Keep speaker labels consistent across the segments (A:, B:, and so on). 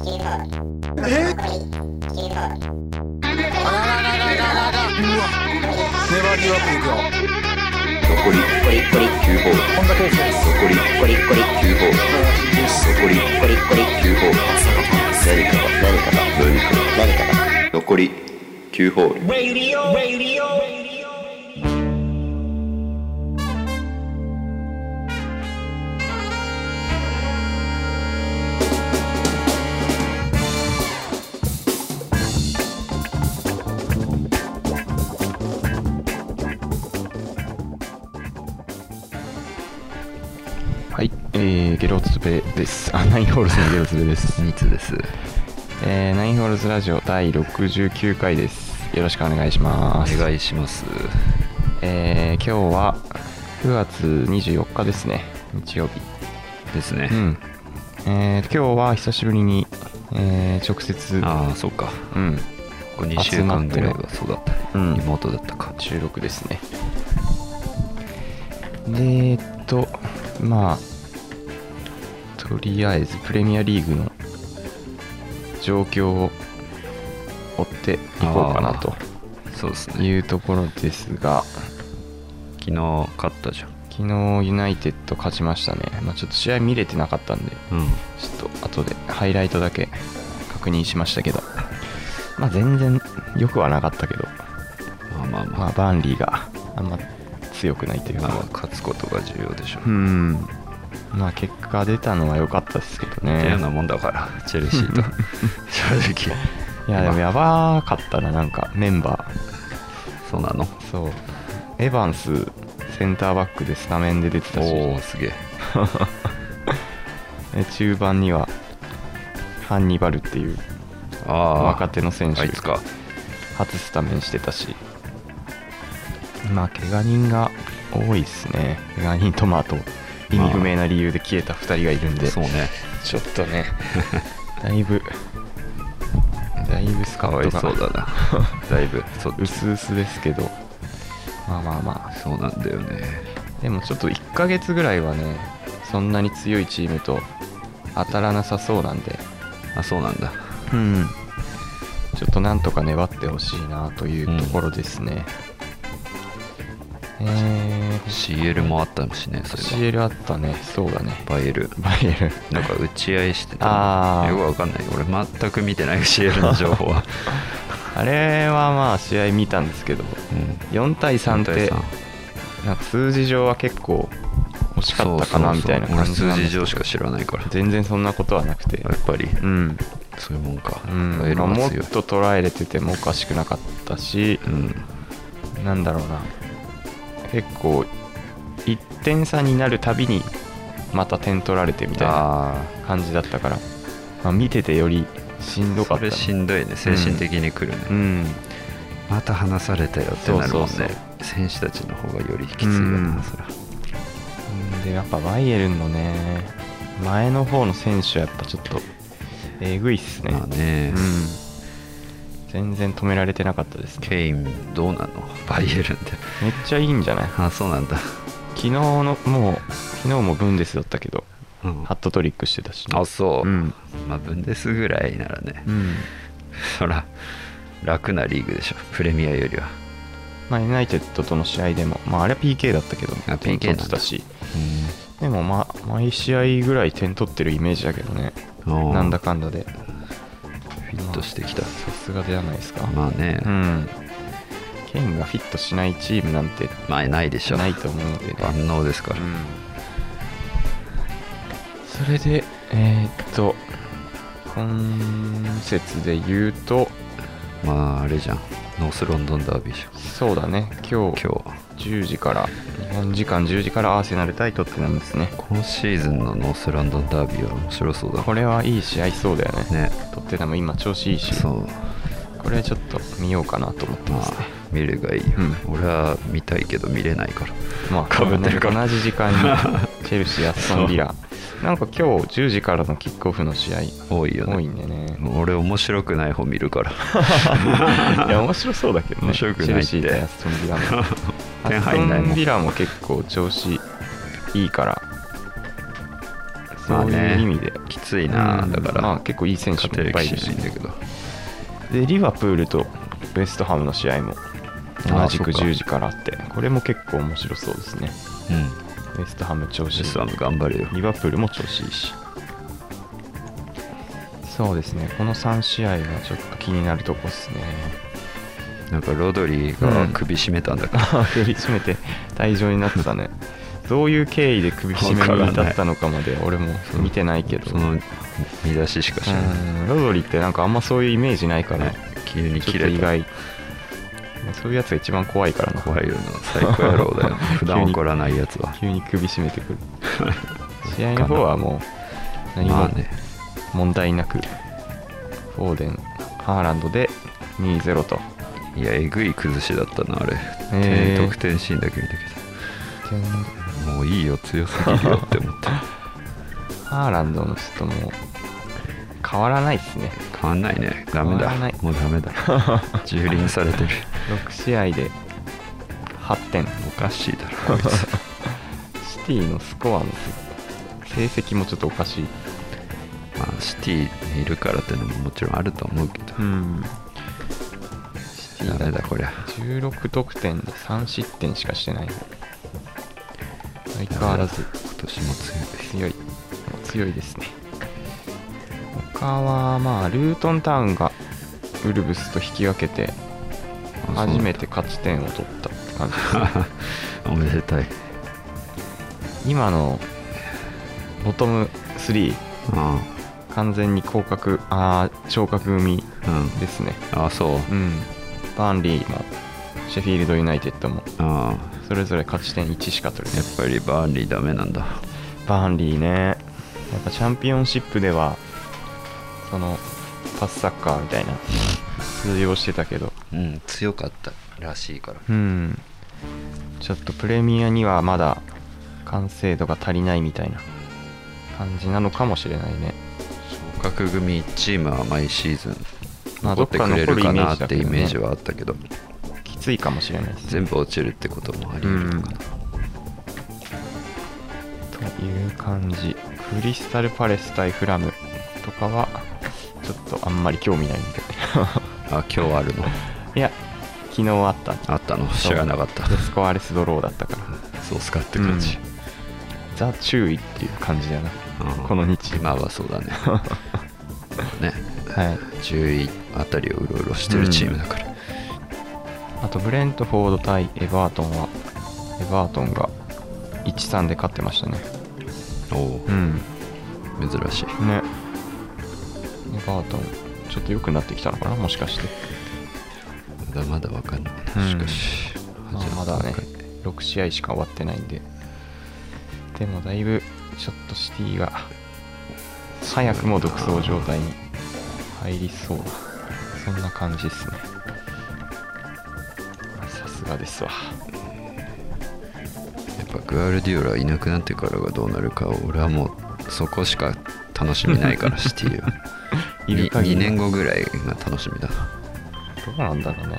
A: えあらららららららうわ粘りよくいくよ
B: 残り9ホール
A: こんだけですね
B: 残り9ホール残り9ホール何かが何かが何かが何かが残り9ホール
C: はい、えー、ゲロツベです。あ、ナインホールズのゲロツ ベです。
D: ニツです。
C: えー、ナインホールズラジオ第69回です。よろしくお願いし
D: お
C: ます。
D: 願いします。
C: えー、今日は9月24日ですね。日曜日。
D: ですね
C: う。ん。えー、今日は久しぶりに、えー、直接、
D: ああ、そうか。
C: うん、
D: ここ2週間ぐらいはそうだった。
C: うん
D: リモートだったか。
C: 収録ですね。で、えっと、まあ、とりあえずプレミアリーグの状況を追っていこうかなと
D: そうですね。
C: いうところですが、
D: 昨日勝ったじゃん。
C: 昨日ユナイテッド勝ちましたね。まあ、ちょっと試合見れてなかったんで、
D: うん。
C: ちょっと後でハイライトだけ確認しましたけど、まあ、全然良くはなかったけど、
D: まあまあま
C: まあ、
D: あ。
C: バーンリーがあんま強くないという
D: ま
C: か。
D: あ、勝つことが重要でしょう。
C: う
D: っ
C: ん。まあ結果出たのは良かったですけど
D: ていうよ
C: ね
D: う。なもんだから、チェルシーと。 正直。
C: いやでもやばかったな、なんかメンバー。
D: そうなの
C: そう。エヴァンス、センターバックでスタメンで出てたし、
D: おお、すげえ。
C: で中盤にはハンニバルっていう
D: ああ。
C: 若手の選手
D: あいつか。
C: 初スタメンしてたし、まあ怪我人が多いですね。怪我人とまああと意味不明な理由で消えた2人がいるんで、
D: そうね。
C: ちょっとね、 だいぶ、だいぶス
D: か
C: カウ
D: わい
C: ト
D: そうだな。 だいぶ。そう
C: うすうすですけどまあまあま
D: そうなんだよね。
C: あでもちょっと1ヶ月ぐらいはねそんなに強いチームと当たらなさそうなんで
D: あ、そうなんだ。
C: うんちょっとなんとか粘ってほしいなというところですね、えー
D: CL もあったしね、それ
C: CL あったねそうだね
D: バイエル
C: バイエルン
D: なんか打ち合いしてた
C: あー
D: よくわかんない俺全く見てない CL の情 報は、
C: あれはまあ試合見たんですけど
D: うん、
C: 4対3って
D: 3
C: なんか数字上は結構惜しかったかなみたいな感じ
D: 俺
C: なん
D: 数
C: で
D: 字
C: すけど
D: 上しか知らないからや
C: 全然そんなことはなくて
D: っぱり
C: うん
D: そういうもんか、バイエ
C: うん
D: ル
C: まあも
D: は
C: っ
D: 強い
C: と捉えれててもおかしくなかったし、
D: うん
C: なんだろうな結構1点差になるたびにまた点取られてみたいな
D: あ
C: 感じだったから、まあ、見ててよりしん
D: あ
C: どか
D: そ
C: ったね
D: れしんどいね精神的にくるね、
C: うん
D: また離されたよってなるもんね
C: そうそうそ
D: 選手たちの方がよりきついよな、
C: うん
D: そら
C: でやっぱバイエルンのね前の方の選手はやっぱちょっとえぐいっすね,、
D: まあね、
C: うん全然止められてなかったですね
D: ケインどうなのバイエルンって
C: めっちゃいいんじゃない
D: あそうなんだ、
C: 昨日のもう昨日もブンデスだったけど
D: うん
C: ハットトリックしてたしね、
D: あそう、
C: うん
D: まあブンデスぐらいならね、
C: うん
D: そら楽なリーグでしょプレミアよりは
C: まあ、ユナイテッドとの試合でも、まあ、あれは PK だったけど
D: あ PK
C: 点取ってたし
D: う
C: でも、まあ、毎試合ぐらい点取ってるイメージだけどね
D: おー
C: なんだかんだで
D: フィットしてきた
C: さすがじゃないですか、
D: まあね、
C: うんケインがフィットしないチームなんて
D: まあないでしょ
C: ないと思うのでね、
D: 万能ですから、
C: うんそれでえーっと今節で言うと
D: まああれじゃんノースロンドンダービーじ
C: そうだね今
D: ゃん
C: 日
D: 今
C: 10時から日本時間10時からアーセナル対トッテナムですね
D: 日今シーズンのノースロンドンダービーは面白そうだ
C: これはいい試合そうだよね
D: ね
C: トッテナム今調子いいし
D: そう
C: これちょっと見ようかなと思って
D: ま
C: ま
D: あ
C: すね、
D: 見るがいいよ、
C: う
D: 俺は見たいけど見れないから
C: まあ
D: 被ってるから
C: 同じ 時間にチェルシーアストンビラなんか今日10時からのキックオフの試合
D: 多いよね
C: 多いんでね
D: 俺面白くない方見るから
C: いや面白そうだけどね
D: 面白くないって
C: チェルシー対アストンビラも
D: 点
C: アス
D: 入んない
C: ト
D: も
C: ン
D: ん
C: ビラも結構調子いいから そういう意味で、
D: きついな、
C: うん
D: だから、
C: まあ、結構いい選手
D: 勝
C: も
D: て
C: いっ
D: る
C: ぱい
D: 気
C: いる
D: し
C: し
D: ないんだけど
C: でリバプールとベストハムの試合も同じく
D: あそっか
C: 10時からあってこれも結構面白そうですね
D: うん
C: ベストハム調子い
D: ジ
C: い
D: スワム頑張れよ
C: リバプールも調子いいしそうですねこの3試合がちょっと気になるとこですね
D: なんかロドリ
C: う
D: が
C: ん
D: 首絞め たんだから、
C: 首絞めて退場になってたねどういう経緯で首絞めに至ったのかまで俺も見てないけど
D: その見出ししか知らない、
C: うんロドリってなんかあんまそういうイメージないから、
D: ね急に
C: ちょ
D: 切
C: っと
D: れ
C: 意
D: た
C: 外そういうやつが一番怖いからな
D: 怖いよな最高野郎だ よ普段怒らないやつは
C: 急に首絞めてくる試合の方はもう何
D: まあ
C: も
D: ね
C: 問題なく、フォーデンハーランドで2-0と
D: いやえぐい崩しだったなあれ、
C: えー
D: 得点シーンだけ見たけ
C: 全
D: どもういいよ強すぎるよって 思った
C: ハーランドの人も変わらないですね
D: 変わんないねダメ
C: 変わ
D: だ
C: らない
D: もうダ メだ蹂躙されてる
C: 6試合で8点
D: おかしいだろこいつ
C: シティのスコアも成績もちょっとおかしい
D: まあシティにいるからってのももちろんあると思うけど、
C: んシテ
D: ダ
C: ィだ
D: メ
C: と
D: だこりゃ
C: 16得点で3失点しかしてない相変わらず
D: 今年も強い
C: 強い強いですね他はまあルートンタウンがウルブスと引き分けて
D: あそう
C: 初めて勝ち点を取ったって感じですね
D: おめでたい
C: 今のボトム3
D: うんうん
C: 完全に降格あー昇格組ですね
D: あそう
C: うんバーンリーもシェフィールドユナイテッドも
D: あ
C: それぞれ勝ち点1しか取れ
D: あ
C: て
D: や
C: ない
D: っぱりバーンリーダメなんだ
C: バーンリーねやっぱチャンピオンシップではそのパスサッカーみたいな通用してたけど
D: うん強かったらしいから
C: うんちょっとプレミアにはまだ完成度が足りないみたいな感じなのかもしれないね
D: 昇格組チームは毎シーズン
C: まあ
D: 残ってくれ
C: どっ
D: る
C: か
D: か
C: 残るイメー
D: な
C: ジだ
D: っ
C: け
D: て
C: ど
D: イ
C: ね
D: メージはあったけど
C: きついかもしれないです
D: 全部落ちるってこともあり得るのかな
C: という感じクリスタルパレス対フラムとかはちょっとあんまり興味ないんで
D: あ今日あるの
C: いや昨日あった
D: あったの知らなかった
C: デスコアレスドローだったから
D: そうっすかって感じ、
C: ザ注意っていう感じだな
D: うん
C: この2チーム
D: 今はそう だねね
C: はい
D: 10位あたりをうろうろしてるチームだから、
C: あとブレントフォード対エバートンはエバートンが1-3で勝ってましたね
D: おお
C: うん
D: 珍しい
C: ねエバートンちょっと良くなってきたのかなもしかして
D: まだまだわかんない
C: うん
D: なしかし、
C: まあまだね6試合しか終わってないんででもだいぶちょっとシティが早くも独走状態に入りそうなそんな感じですねさすがですわ
D: やっぱグアルディオラいなくなってからがどうなるかを俺はもうそこしか楽しみないからシテ ィは 2, 年後ぐらいが楽しみだな
C: どうなんだろうね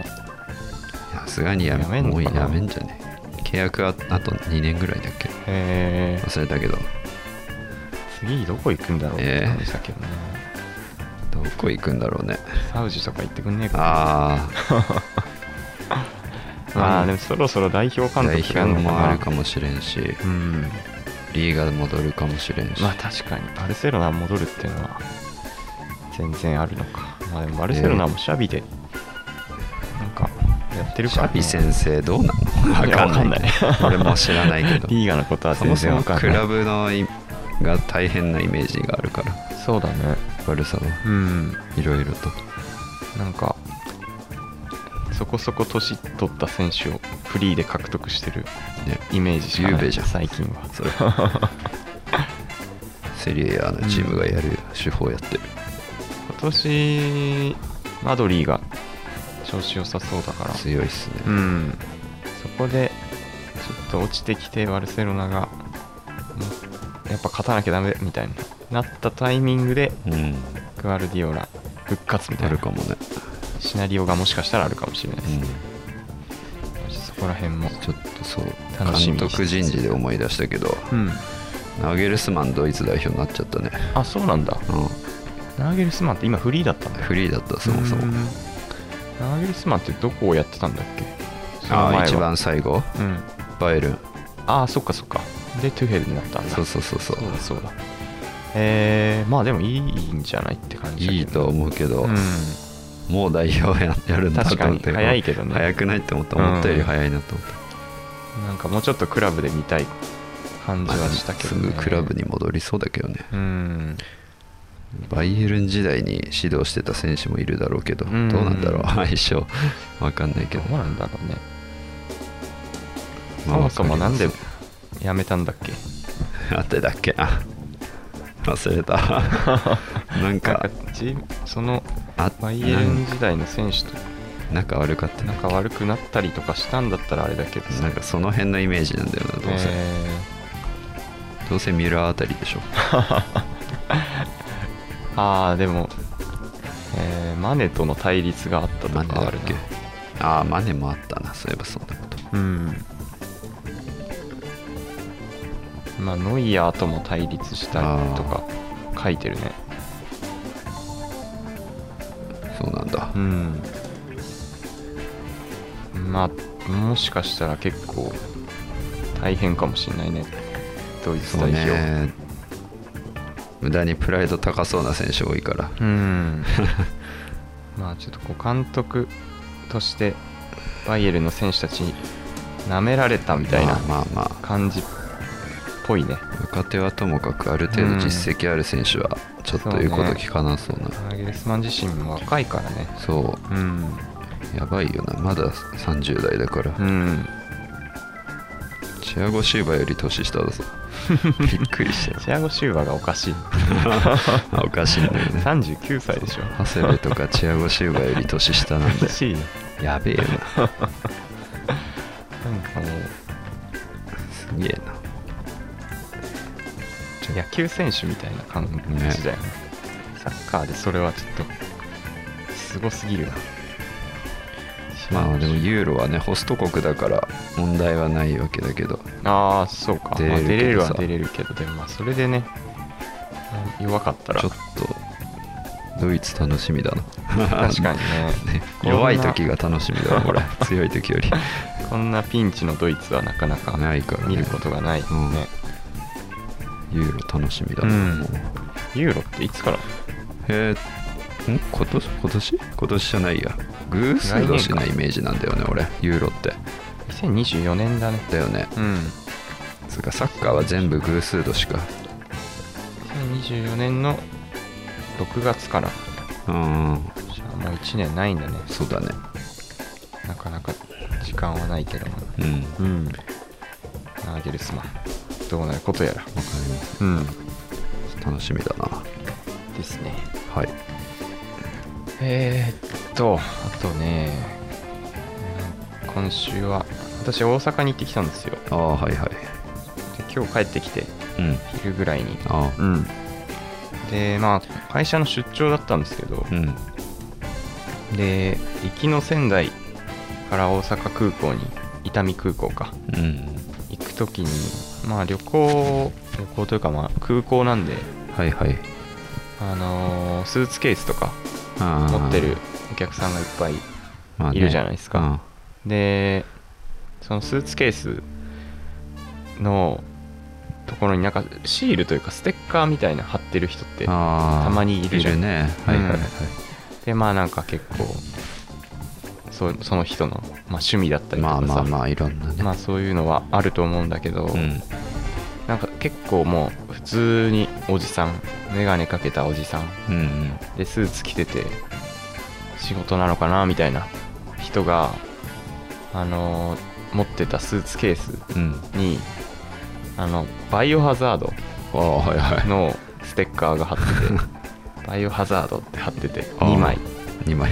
D: さすがにや
C: やめんの
D: もう
C: かな
D: やめんじゃね契約はあと2年ぐらいだっけ
C: えー、
D: 忘れたけど
C: 次どこ行くんだろうって感じだけどね、
D: どこ行くんだろうね
C: サウジとか行ってくんねえかな
D: ああ
C: まあでもそろそろ代表監
D: 代
C: 督
D: 表
C: がの
D: もあるか
C: も
D: もしれんし
C: うん
D: リーが戻るかもしれんし、
C: まあ確かにバルセロナ戻るっていうのは全然あるのかまあでもバルセロナもシャビでなんかやってる
D: シ
C: から、
D: ャビ先生どうなの
C: いや
D: わかん ない
C: わかんない
D: 俺も知らないけど
C: リーガのことは
D: そ
C: 全
D: もそ
C: 然わ
D: も
C: かん
D: ク
C: ない
D: ラブのいが大変なイメージがあるから
C: そうだね
D: バルサは
C: うん
D: いろいろと
C: なんかそこそこ年取った選手をフリーで獲得してる
D: ね
C: イメージし
D: ゆ
C: か
D: う
C: な
D: べ
C: い
D: じゃん
C: 最近は
D: それセリエ A のチームがやる手法やってる、
C: 今年マドリーが調子良さそうだから
D: 強いっすね、
C: うん、そこでちょっと落ちてきてバルセロナがうんやっぱ勝たなきゃダメみたいななったタイミングで
D: うん
C: グアルディオラ復活みた
D: あ
C: い
D: る
C: な
D: かもね、
C: シナリオがもしかしたらあるかもしれないです、
D: う
C: そこら辺も
D: ん、ちょっとそう
C: 楽しみ
D: 監
C: にして
D: 督人事で思い出したけど
C: うん
D: ナゲルスマンドイツ代表になっちゃったね、
C: あそうなんだ
D: う
C: ナーゲルスマンって今フリーだったんだ
D: ん、フリーだったそもそも
C: うーんナーゲルスマンってどこをやってたんだっけその前
D: あ
C: は
D: 一番最後
C: うん
D: バイエルン
C: ああそっかそっかでトゥヘルになったんだ
D: そうそうそうそう
C: そうだそうだえー、まあでもいいんじゃないって感じだけど
D: いいと思うけど、
C: う
D: もう代表ややるんだと思っ
C: 確か
D: て
C: に早いけどね
D: 早くないって思った思ったより早いなと思った、
C: んなんかもうちょっとクラブで見たい感じ
D: まあ
C: はしたけど、
D: す
C: ね
D: ぐクラブに戻りそうだけどね
C: うん
D: バイエルン時代に指導してた選手もいるだろうけど、
C: うん
D: どうなんだろう 相性わかんないけ
C: ど
D: ど
C: うなんだろうねそ
D: まあ
C: もそもなんで
D: わか
C: やめたんだっけ
D: りますあってだっけな忘 れたなん
C: なんか
D: か
C: チームその
D: あ
C: バイエルン時代の選手と
D: 仲悪かったな
C: 仲悪くなったりとかしたんだったらあれだけどさ
D: なんかその辺のイメージなんだよなどうせ、
C: え
D: どうせミュラーあたりでしょ
C: ーああでも、えーマネとの対立があったと
D: マネ
C: か
D: だ
C: あ
D: っ
C: る
D: け
C: け
D: ああマネもあったなそういえばそんなこと
C: うんまあノイヤーとも対立したりとか書いてるね
D: そうなんだ
C: うんまあもしかしたら結構大変かもしれないねドイ
D: そ
C: ツ
D: う
C: 代表
D: ね無駄にプライド高そうな選手多いから
C: うん まあちょっとこう監督としてバイエルンの選手たちに舐められたみたいな
D: まあまあま
C: 感じっぽいね
D: あ若手はともかくある程度実績ある選手はちょっと言うこと聞かなそうな
C: ナーゲルスマン自身も若いからね
D: そう,、
C: うん
D: やばいよなまだ30代だから、
C: うん
D: チアゴ・シューバより年下だ ぞびっくりしたよ
C: チアゴ・シューバがお かしい
D: おかしいんだよね
C: 39歳でしょ
D: 長谷部とかチアゴ・シューバより年下なん
C: お
D: で
C: かしいね
D: やべえな
C: なんかも
D: すげえな
C: う野球選手みたいな感じだよねサッカーでそれはちょっとすごすぎるな
D: まあでもユーロはねホスト国だから問題はないわけだけど
C: ああそうか
D: 出れ
C: まあ
D: るけど
C: 出れるは
D: さ
C: 出れるけどでもまあそれでね弱かったら
D: ちょっとドイツ楽しみだな
C: 確かに ね
D: ね
C: こんな
D: 弱い時が楽しみだわこれ強い時より
C: こんなピンチのドイツはなかなか
D: ないからね
C: 見ることがないね
D: うんユーロ楽しみだ
C: う
D: な、
C: ん
D: もう
C: ユーロっていつから
D: へえん今年今年今年じゃないや偶数年なイメージなんだよね俺ユーロって
C: 2024年だね
D: だよね
C: うん
D: つうかサッカーは全部偶数年か
C: 2024年の6月から
D: うんうん
C: じゃあもう1年ないんだね
D: そうだね
C: なかなか時間はないけども
D: うん
C: うんナーゲルスマンどうなることやら
D: わかります
C: うん
D: 楽しみだな
C: ですね
D: はい
C: えー、っとあとねうん今週は私大阪に行ってきたんですよ
D: ああはいはい
C: で今日帰ってきて
D: うん
C: 昼ぐらいに
D: ああ
C: うんでまあ会社の出張だったんですけど
D: うん
C: で行きの仙台から大阪空港に伊丹空港か
D: うん
C: 行く時にまあ旅行旅行というかまあ空港なんで
D: はいはい
C: あのースーツケースとか
D: ああ
C: 持ってるお客さんがいっぱい
D: まあね
C: いるじゃないですか
D: うん
C: でそのスーツケースのところになんかシールというかステッカーみたいな貼ってる人って
D: た
C: たまにいるじゃん
D: ねはいはいはい、
C: でまあなんか結構そその人の、まあ、趣味だったりと
D: まあ
C: かさ
D: まあまあいろんなね、
C: まあそういうのはあると思うんだけど、
D: うん、
C: なんか結構もう普通におじさん眼鏡かけたおじさん
D: うんうん
C: でスーツ着てて仕事なのかなみたいな人があのー持ってたスーツケース
D: うん
C: にあのバイオハザード
D: ああはいはい
C: のステッカーが貼って てバイオハザードって貼ってて2枚
D: 2枚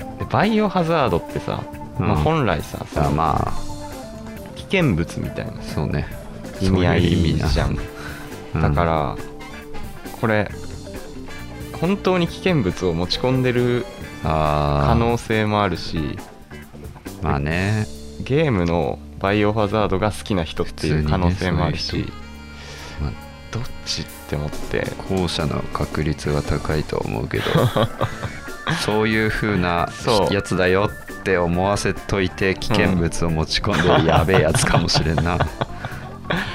C: うんでバイオハザードってさ、
D: うん
C: まあ、本来さ、その
D: あま
C: 危険物みたいな
D: あそうね
C: 意味合い
D: そうう意味な
C: じゃん
D: うん
C: だから、これ本当に危険物を持ち込んでる
D: ああ
C: 可能性もあるし
D: まあね
C: ゲームのバイオハザードが好きな人っ
D: 普
C: て
D: 通
C: い
D: に、
C: う
D: ね、
C: 可能性もあるし、
D: そういう人まあ
C: どっちって思って
D: 後者の確率は高いとは思うけ どそういう風な
C: そう
D: やつだよって思わせといて危険物を持ち込んでるやべえやつかもしれん な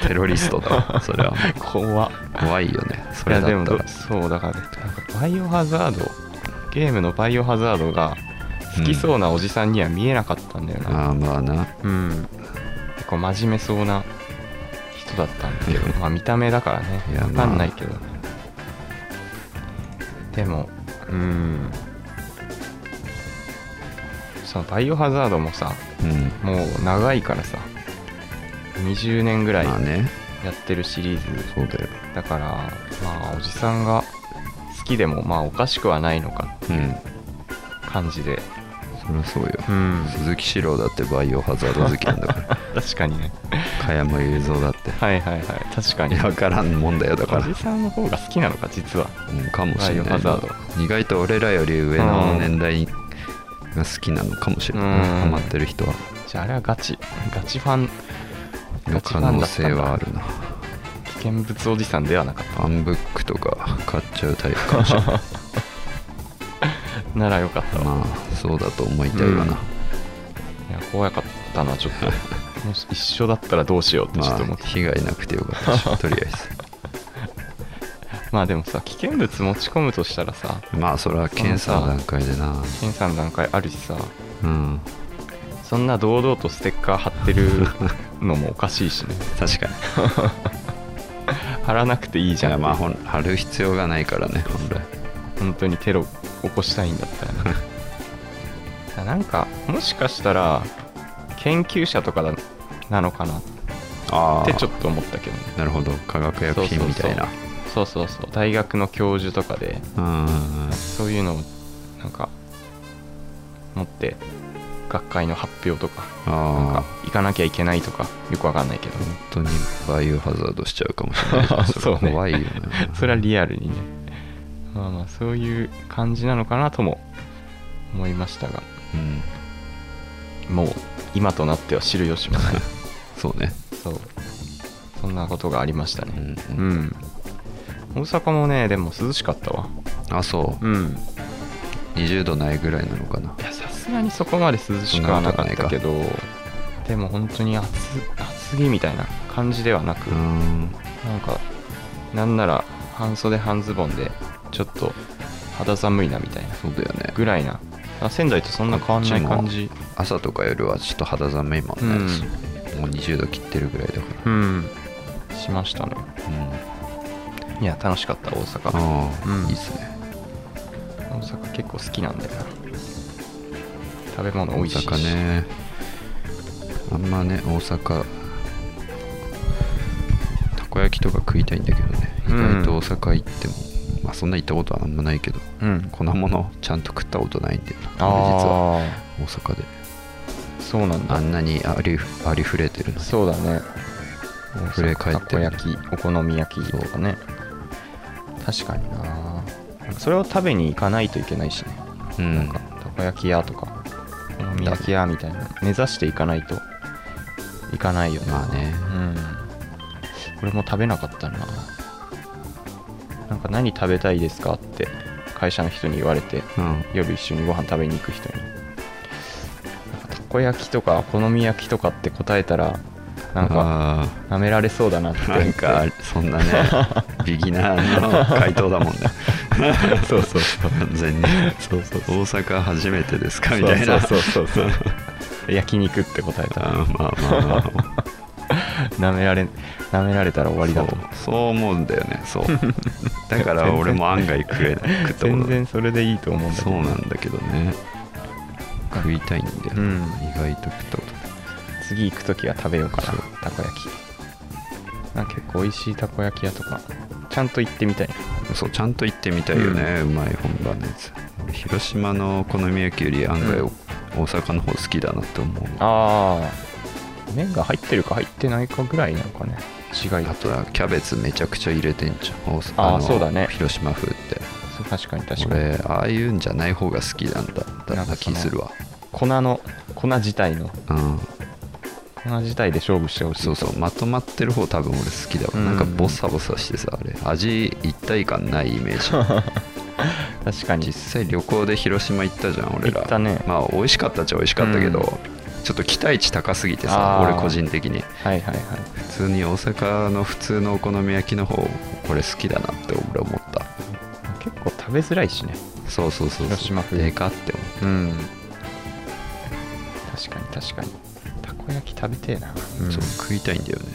D: テロリストだわそれは
C: 怖っ
D: 怖いよねそ
C: い
D: れ
C: や
D: だ
C: で
D: っ
C: も
D: た
C: ど
D: ら
C: そうだからなんかバイオハザードゲームのバイオハザードが好きそうなおじさんには見えなかったんだよな、
D: ああまあな
C: うん、結構真面目そうな人だったんだけ どまあ見た目だからね
D: いや
C: 分
D: まあ
C: かんないけど、でもうんそのバイオハザードもさ
D: うん
C: もう長いからさ20年ぐらい
D: まあね
C: やってるシリーズ
D: そうだよ
C: だからまあおじさんが好きでもまあおかしくはないのか
D: うん
C: 感じで
D: そりゃそうよ
C: うん
D: 鈴木史郎だってバイオハザード好きなんだから
C: 確かにね
D: 加山雄三だって
C: はいはいはい確か
D: い
C: に
D: や分からんもんだよだか
C: お
D: ら
C: じさんの方が好きなのか実は
D: うんかもしれ
C: バイオ
D: な
C: ハ
D: い
C: ザ
D: な
C: ー
D: 意外と俺らより上の
C: うん
D: 年代が好きなのかもしれない、
C: うん
D: ハマってる人は
C: じゃああれはガチガチファン
D: の
C: ガチフ
D: 可
C: ァン
D: 能
C: だったん
D: 性
C: だ
D: はあるな
C: 危険物おじさんではなかっ
D: ファンブックとか買っちゃうタイプかもしれない
C: たならよかったわ、
D: まあそうだと思いたいわな、
C: いや怖かった なちょっともし一緒だったらどうしようってちょ
D: ま
C: っと思
D: あ
C: って、
D: 被害なくてよかったしとりあえ
C: まあ、でもさ危険物持ち込むとしたらさ
D: ずまあそれは検査の段階でな
C: 検査の段階あるしさ
D: うん
C: そんな堂々とステッカー貼ってるのもおかしい しね
D: 確かに
C: 貼らなくていいじ
D: じゃ
C: ゃ
D: あ
C: ん
D: まあ
C: ほ
D: ほん貼る必要がないからね本来
C: 本当にテロ起こしたいんだったら ねだからなんかもしかしたら研究者とかだなのかなっ
D: あ
C: てちょ
D: っ
C: っと思ったけどね
D: となるほど化学薬品みたいな
C: そうそうそう大学の教授とかで
D: うんうんうん
C: そういうのをなんか持って学会の発表とかなん
D: あ
C: か
D: あ
C: 行かなきゃいけないとかよくわかんないけど、
D: 本当にバイオハザードしちゃうかもしれ ない
C: そうね
D: れ怖いよね
C: それはリアルにねまあまあそういう感じなのかなとも思いましたが
D: うん
C: もう今となっては知る由もない
D: そうね
C: そうそんなことがありました
D: う
C: ね
D: ん
C: うん、大阪もねでも涼しかったわ
D: あそう
C: うん
D: 20度ないぐらいなのかない
C: やさすがにそこまで涼しくはなかったけどでも本当に暑暑着みたいな感じではなく、
D: うーん
C: なんかなんなら半袖半ズボンでちょっと肌寒いなみたいな
D: そうだよね
C: ぐらいなあ仙台とそんな変わんない感じ
D: 朝とか夜はちょっと肌寒いもんね、もう20度切ってるぐらいだか
C: うんしましたね
D: ら、うん、
C: いや楽しかった大阪
D: ああ、
C: うん
D: いいっすね
C: 大阪結構好きなんだよな食べ物
D: 大
C: 美味しいし
D: 阪ねあんまね大阪たこ焼きとか食いたいんだけどね意
C: うん
D: 外と大阪行っても、まあそんな行ったことはあんまないけど
C: うん
D: 粉物ちゃんと食ったことないんだよな俺実は
C: あ
D: 大阪で
C: あそうなんだ
D: あんなにありありふれてるのに
C: そうだね。
D: 触れ返
C: た
D: って
C: こ
D: る
C: 焼き、お好み焼きとかね。確かにな。なんかそれを食べに行かないといけないしね。
D: うん
C: なんか、たこ焼き屋とか、お好み焼き屋みたいな。目指していかないといかないよね。
D: まあね
C: うん。これも食べなかったな。なんか、何食べたいですかって会社の人に言われて、
D: うん
C: 夜一緒にご飯食べに行く人になんかたこ焼きとかお好み焼きとかって答えたらなんか
D: あ
C: なめられそうだなって
D: ーなんかそ んなねビギナーの回答だもんね
C: そうそうそう
D: 完全に
C: そうそうそう
D: 大阪初めてですかみたいな
C: そうそうそうそう そう焼肉って答えたら
D: あーまあまあまあ
C: なめられなめられたら終わりだ
D: そ
C: と
D: うそう思うんだよねそうだから俺も案外食えない食ったこと
C: 全
D: ない
C: 然それでいいと思うんだけ
D: そ
C: ど
D: うなんだけどね食いたいんだよ、
C: うん
D: 意外と食ったことない
C: 次行く時は食べようか
D: そ
C: な
D: う
C: たこ焼きなんか結構美味しいたこ焼き屋とかちゃんと行ってみたいな
D: そうちゃんと行ってみたいよね、うまい本場のやつ広島のお好み焼きより案外、
C: うん
D: 大阪の方好きだなって思うあ
C: ああ麺が入ってるか入ってないかぐらいなのかね違いだ
D: と
C: と
D: はキャベツめちゃくちゃ入れてんじゃん大阪
C: あー
D: の
C: そうだね
D: 広島風って
C: そう確かに確かに
D: 俺ああいうんじゃない方が好きなんだだ
C: なんか
D: な
C: そ
D: 気
C: の
D: するわ
C: 粉の粉自体の
D: うん
C: コーナー自体で勝負してほしい
D: そうそうまとまってる方多分俺好きだわ、
C: うん
D: なんかボサボサしてさあれ味一体感ないイメー ジ
C: 確かに
D: 実際旅行で広島行ったじゃん俺ら
C: 行ったね
D: まあ美味しかったっちゃ美味しかったけど、
C: うん
D: ちょっと期待値高すぎて
C: あ
D: さ
C: ー
D: 俺個人的に
C: はいはいはい
D: 普通に大阪の普通のお好み焼きの方これ好きだなって俺思った
C: 結構食べづらいしね
D: そうそうそうそう
C: 広島風
D: でかって思う
C: うん確かに確かにたこ焼き食べてえな、うん
D: そう食いたいんだよね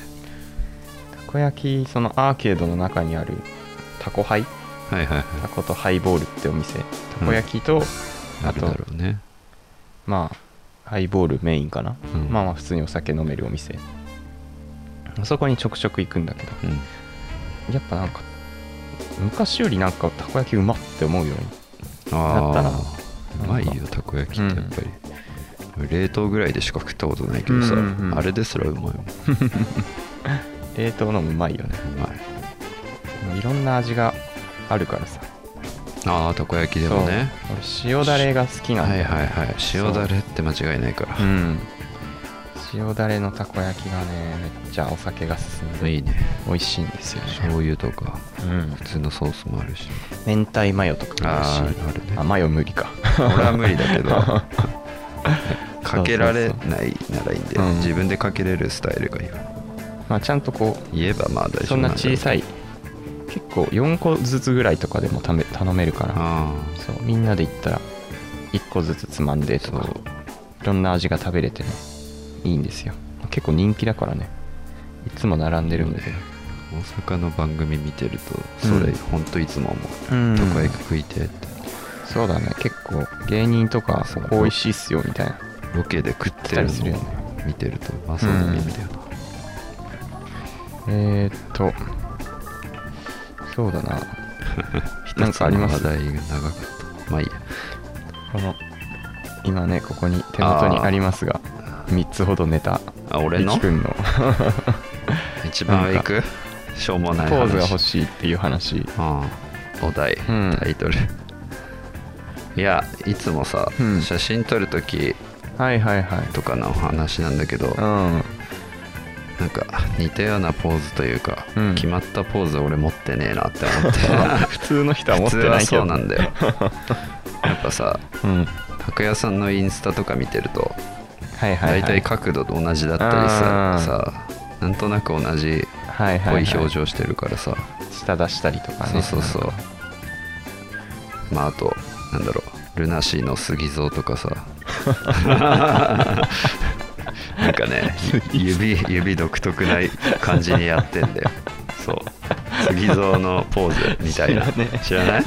C: たこ焼きそのアーケードの中にあるたこハイ
D: はいはいはい
C: たことハイボールってお店たこ焼きと、
D: あ
C: あ
D: る
C: と
D: だろうね
C: まあハイボールメインかな、
D: うん
C: まあまあ普通にお酒飲めるお店そこにちょくちょく行くんだけど
D: うん
C: やっぱなんか昔よりなんかたこ焼きうまって思うように
D: あ
C: ったな
D: あうまいよたこ焼きってやっぱり、冷凍ぐらいでしか食ったことないけどさ、
C: うんうんうん
D: あれですらうまいもんう
C: 冷凍のもうまいよね
D: まい
C: いろんな味があるからさ
D: ああたこ焼きでもね
C: そう俺塩だれが好きなん
D: は
C: だ
D: い
C: よ
D: はいはい
C: そう
D: 塩だれって間違いないから、
C: うん塩だれのたこ焼きがねめっちゃお酒が進んで
D: いいね
C: 美味しいんですよね
D: 醤油とか
C: うん
D: 普通のソースもあるし
C: 明太マヨとかも美味しい
D: あーあるね
C: あマヨ無理か
D: 俺は無理だけどかけられないならいいんで、
C: うん
D: 自分でかけれるスタイルがいいわ
C: まあちゃんとこ
D: 言えばまあ大丈夫
C: うそんな小さ
D: い
C: い結構4個ずつぐらいとかでもため頼めるから
D: あ
C: そうみんなで行ったら1個ずつつまんで
D: あ
C: と
D: そ
C: か
D: う
C: いろんな味が食べれてねいいんですよ結構人気だからねいつも並んでるんで、
D: ね大阪の番組見てるとそれ
C: うん
D: ほんといつも思う、
C: うん
D: たこ焼き食いてえって
C: そうだね結構芸人とか
D: そう
C: ここ美味しいっすよみたいな
D: ロケで食ってる
C: 食ったりする
D: の
C: よ
D: を
C: ね
D: 見てるとまあそうだねみたいな、
C: えー、っとそうだななんかあります
D: 一つの話題が長かったまあいいや
C: この今ねここに手元にありますが3つほどネタ
D: あ俺の
C: 力くんの
D: 一番上行くしょうも
C: ポ
D: ない話
C: ーズが欲
D: い
C: しいっていう話
D: ああお題、
C: うん
D: タイトルいやいつもさ、
C: うん
D: 写真撮るとき
C: はいはいはい
D: とかの話なんだけど、
C: うん
D: なんか似たようなポーズというか、
C: うん
D: 決まったポーズ俺持ってねえなって 思って
C: 普通の人は
D: 普
C: 持っ
D: 通
C: て
D: は
C: ないけ
D: そ
C: ど
D: うなんだよやっぱさ
C: うん
D: 拓哉さんのインスタとか見てると
C: はいはいはい
D: 大体角度と同じだったりさ,、
C: あー
D: さなんとなく同じ
C: はい
D: っぽ
C: はいい
D: 表情してるからさ、
C: 下出したりとかね
D: そうそうそうまああとなんだろうルナシーの杉蔵と かさなんかね指指独特な感じにやってんだよそう杉蔵のポーズみたいな知らない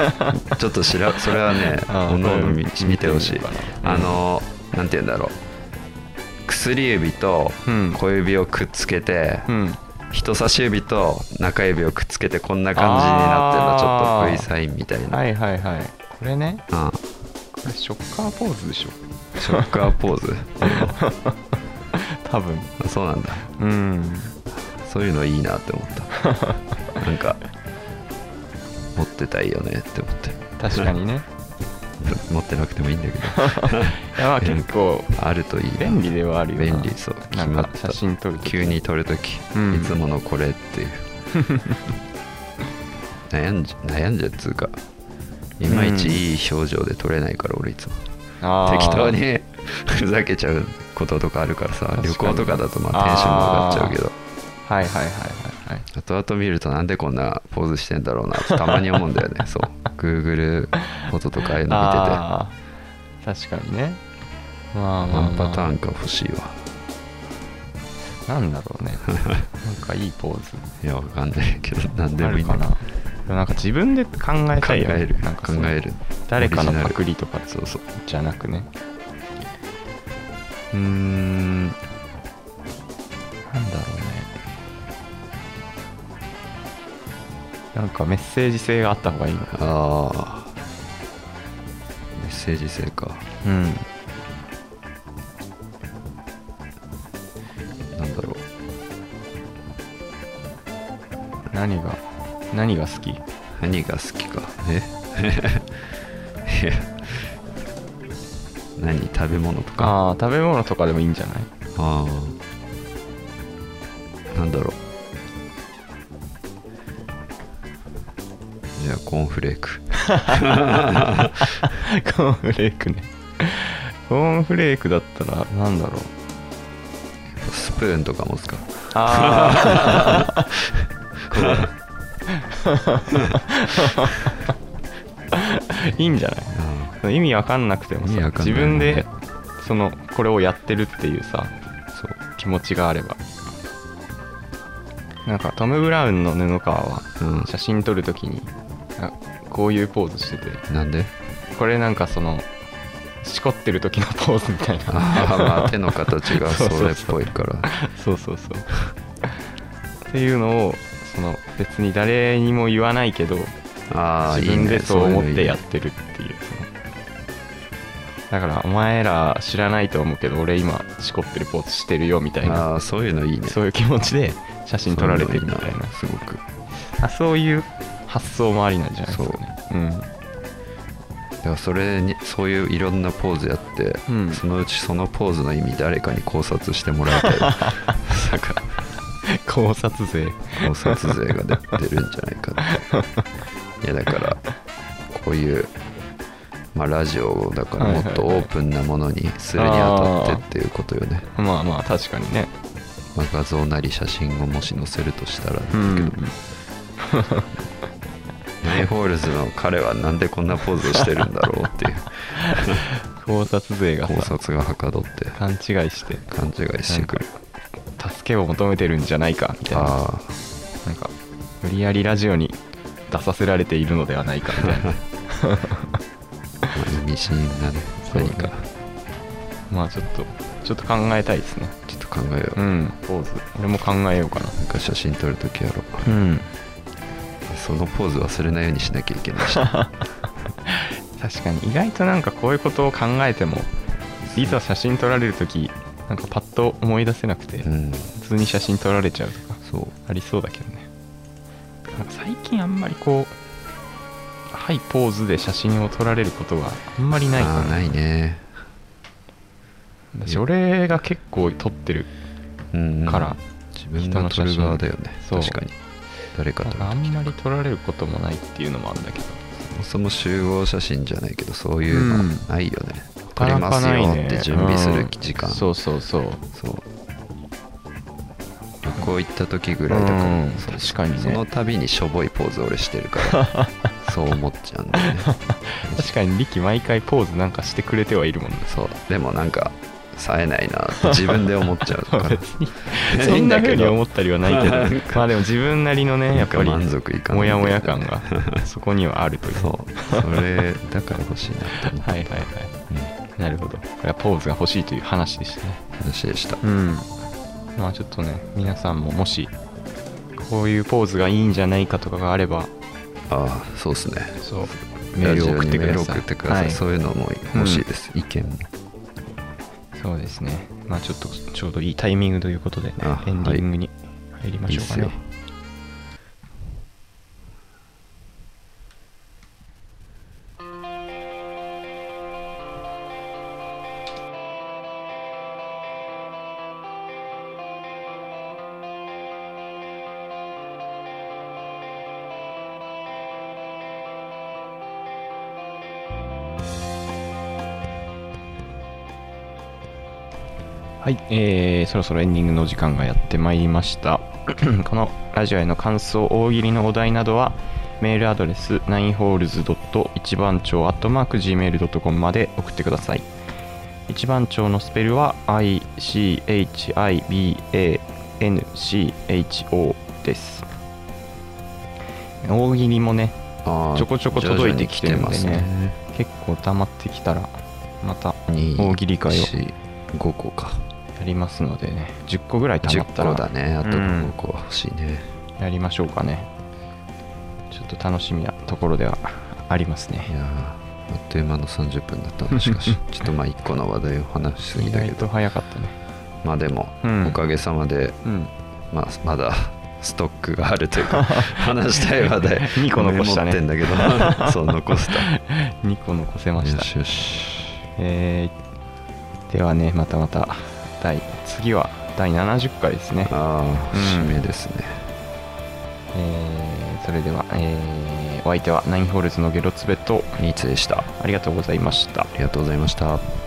D: ちょっと知らそれはね
C: あー
D: おのおの見
C: これ
D: 見てほしい
C: 見てみようかな
D: あのなんて言うんだろう薬指と
C: うん
D: 小指をくっつけて、
C: うん
D: 人差し指と中指をくっつけてこんな感じになってるのちょっ
C: あー
D: と V サインみたいな、
C: はいはいはいこれね
D: あ
C: これショッカーポーズでしょ
D: あショッカーポーズ
C: 多分
D: あそうなんだ
C: うん
D: そういうのいいなって思ったなんか持ってたいよねって思って
C: 確かにね
D: 持ってなくてもいいんだけど
C: いやまあ結構
D: あるといいな
C: 便利ではあるよな
D: 便利そう
C: なんか写真撮る時
D: 急に撮るとき、
C: うん
D: いつものこれっていう悩んじゃ悩んじゃっつうかいまいちいい表情で撮れないから俺いつも
C: あー
D: 適当にふざけちゃうこととかあるからさ
C: 確かに
D: 旅行とかだとまあテンションも上がっちゃうけど
C: はいはいはいはいはい
D: 後々見るとなんでこんなポーズしてんだろうなってたまに思うんだよねそう Google フォトとかああいうの見てて
C: あー確かにねまあまあ、ま
D: 何
C: あ、
D: パターンか欲しいわ
C: なんだろうねなんかいいポーズ
D: いやわかんないけど何で
C: あ
D: もいい
C: る
D: んだ
C: か
D: けど
C: なでもなんか自分で考え
D: 考
C: たいよね
D: える
C: なんか
D: 考
C: その
D: える
C: 誰かの
D: オリジナ
C: パ
D: ル
C: クリとか
D: そうそう
C: じゃなくねうーんなんだろうねなんかメッセージ性があった方がいいの
D: ああメッセージ性か
C: うん
D: なんだろう
C: 何が何が好き
D: 何が好きかえ いや何食べ物とか
C: ああ食べ物とかでもいいんじゃない
D: ああなんだろういやコーンフレーク
C: コーンフレークねコーンフレークだったらなんだろう
D: スプーンとかもっすか
C: あ あいいんじゃない意味わかんなくても
D: 意味
C: さ
D: わかんない
C: 自分でそのこれをやってるっていうさそう気持ちがあればなんかトム・ブラウンの布川は
D: うん
C: 写真撮るときにあこういうポーズしてて
D: なんで
C: これなんかそのしこってる時のポーズみたい
D: あー
C: な
D: まあ手の形が
C: そ
D: そ
C: うそうそう
D: れっぽいから
C: そうそうそうっていうのをその別に誰にも言わないけど
D: ああい
C: 自
D: い
C: 分
D: ね
C: でそう
D: い
C: 思っ
D: のい
C: て
D: い
C: やってるっていうそのだからお前ら知らないと思うけど俺今しこってるポーズしてるよみたいな
D: ああそういうのいいね
C: そういう気持ちで写真撮られてるみた
D: そうい
C: い
D: うの
C: な
D: なすごく
C: あそういう発想もありなんじゃないですかねうん
D: だからそれにそういういろんなポーズやって、
C: うん
D: そのうちそのポーズの意味誰かに考察してもらいたい なんか
C: 考察税
D: 考察税が出てるんじゃないかっていやだからこういう、まあ、ラジオをだからもっとオープンなものにするにあたってっていうことよね、
C: まあまあ確かにね
D: まあ、画像なり写真をもし載せるとしたらですけど、
C: うん
D: ナインホールズの彼はなんでこんなポーズをしてるんだろうっていう
C: 考察税が
D: 考
C: さ
D: 察がはかどって
C: 勘違いして
D: 勘違いしてくる
C: 助けを求めてるんじゃないかみたいな
D: ああ
C: なんか無理やりラジオに出させられているのではないかみたい な
D: 意味深なね
C: そう
D: 何
C: ね
D: か
C: まあちょっとちょっと考えたいですね
D: ちょっと考えよう、
C: うんポーズ俺も考えようかな
D: なんか写真撮るときやろう、
C: ん
D: そのポーズ忘れないようにしなきゃいけない し
C: 確かに意外となんかこういうことを考えてもいざ写真撮られる時なんかパッと思い出せなくて、
D: うん
C: 普通に写真撮られちゃうとか
D: そう
C: ありそうだけどねなんか最近あんまりこうはいポーズで写真を撮られることがあんまりないか
D: あ
C: ら
D: ーないね
C: 私俺が結構撮ってる
D: うんうん
C: から、
D: 自分が撮る側だよね
C: 人の写真
D: 確かに誰か
C: なん
D: と
C: かあんまり撮られることもないっていうのもあるんだけど
D: そも集合写真じゃないけどそういうの
C: うん
D: ないよね、
C: な
D: 撮
C: か
D: れ
C: な
D: ま
C: か
D: す
C: ない
D: よ
C: ね
D: って準備する時間、
C: うん
D: そう
C: そうそうそう
D: 旅行行った時ぐらいとかも、
C: うん
D: そう
C: 確かにね
D: その度にしょぼいポーズ俺してるから そう思っちゃうんだよね
C: 確かにリキ毎回ポーズなんかしてくれてはいるもんね
D: そうでもなんか冴えないなって自分で思っちゃう から
C: 別にそんな風に思ったりはない けどまあでも自分なりのねやっぱり
D: なんか満足いかない
C: モヤモヤ感がそこにはあるという
D: そうそれだから欲しいなと思って、
C: はいはいはい
D: うん、
C: なるほどこれはポーズが欲しいという話でしたね
D: 話でした
C: うんまあちょっとね皆さんももしこういうポーズがいいんじゃないかとかがあれば
D: ああそうですね
C: そうメールを送ってく
D: ラジオにメール
C: だ
D: 送
C: さい
D: ってください、
C: はい
D: そういうのも欲しいです、意見も
C: そうですねまあちょっとちょうどいいタイミングということで
D: あ
C: エンディングに入りましょうかね、
D: いいっすよ
C: はい、えーそろそろエンディングのお時間がやってまいりました。 このラジオへの感想、大喜利のお題などは、メールアドレス、9holes. 一番町 .gmail.com まで送ってください。一番町のスペルは ICHIBANCHO です。大喜利もね、
D: ああ
C: ちょこちょこ届いてきてるんでね
D: 徐々に来てます
C: 結構溜まってきたら、また
D: ね
C: 大喜利会をや
D: 5個か
C: りますのでね、10個ぐらい溜ま
D: 10
C: ったら
D: 個だねあと
C: うん
D: 5個は欲しいね、
C: やりましょうかねちょっと楽しみなところではあります
D: い
C: ね
D: やーあっという間の30分だったなしかし ちょっとまあ1個の話題を話しすぎ
C: 意
D: だけ
C: 外
D: ど
C: と早かったね
D: まあでも、
C: うん
D: おかげさまで、
C: うん
D: まあ、まだストックがあるというか話したい話題
C: 二個残したね
D: メモってんだ けどそう残した
C: 2個残せまし
D: よ
C: た
D: しよし
C: えーではねまたまた第次は第70回ですね、
D: ああ、
C: うん
D: 締めですね。
C: えーそれでは、えーお相手はナインホールズのゲロツベと
D: ニーツでした。あ
C: ありがとうございました
D: りがとうございました。